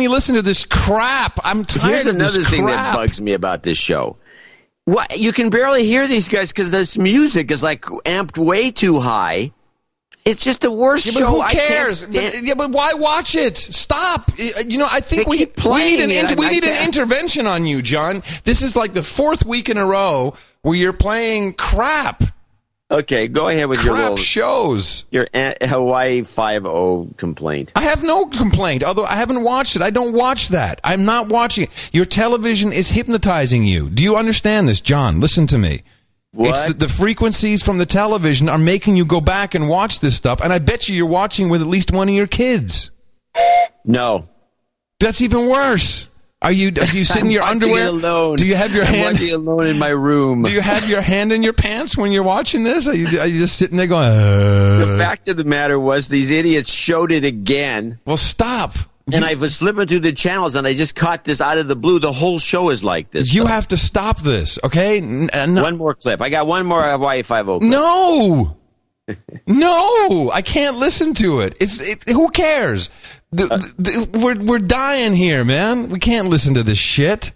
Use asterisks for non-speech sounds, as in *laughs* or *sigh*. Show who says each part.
Speaker 1: me listen to this crap. I'm tired
Speaker 2: Here's
Speaker 1: of this
Speaker 2: another thing that
Speaker 1: crap.
Speaker 2: bugs me about this show. What you can barely hear these guys because this music is like amped way too high. It's just the worst
Speaker 1: Yeah, but
Speaker 2: show.
Speaker 1: who
Speaker 2: I can't
Speaker 1: cares?
Speaker 2: stand-
Speaker 1: But- yeah, but why watch it? Stop. Y- uh, You know, I think
Speaker 2: They
Speaker 1: we,
Speaker 2: keep
Speaker 1: we need
Speaker 2: playing
Speaker 1: an
Speaker 2: it.
Speaker 1: inter-
Speaker 2: I'm
Speaker 1: we
Speaker 2: like
Speaker 1: need an
Speaker 2: that.
Speaker 1: intervention on you, John. This is like the fourth week in a row where you're playing crap,
Speaker 2: okay, go ahead with your
Speaker 1: crap
Speaker 2: little,
Speaker 1: shows.
Speaker 2: your Aunt Hawaii Five O complaint.
Speaker 1: I have no complaint, although I haven't watched it. I don't watch that. I'm not watching it. Your television is hypnotizing you. Do you understand this, John? Listen to me.
Speaker 2: What?
Speaker 1: It's the, the frequencies from the television are making you go back and watch this stuff, and I bet you you're watching with at least one of your kids.
Speaker 2: no.
Speaker 1: That's even worse. Are you do
Speaker 2: *laughs*
Speaker 1: you sit in your
Speaker 2: I'm watching
Speaker 1: underwear
Speaker 2: it alone.
Speaker 1: Do you have your
Speaker 2: I'm
Speaker 1: hand?
Speaker 2: watching it alone in my room?
Speaker 1: Do you have your hand in your pants when you're watching this? Are you, are you just sitting there going? Uh,
Speaker 2: the fact of the matter was, these idiots showed it again.
Speaker 1: well, stop.
Speaker 2: And I was flipping through the channels, and I just caught this out of the blue. The whole show is like this.
Speaker 1: You have to stop this, okay? N- uh, no,
Speaker 2: one more clip. I got one more Hawaii Five oh O.
Speaker 1: no, no! I can't listen to it. It's it, who cares? The, the, we're we're dying here, man. We can't listen to this shit.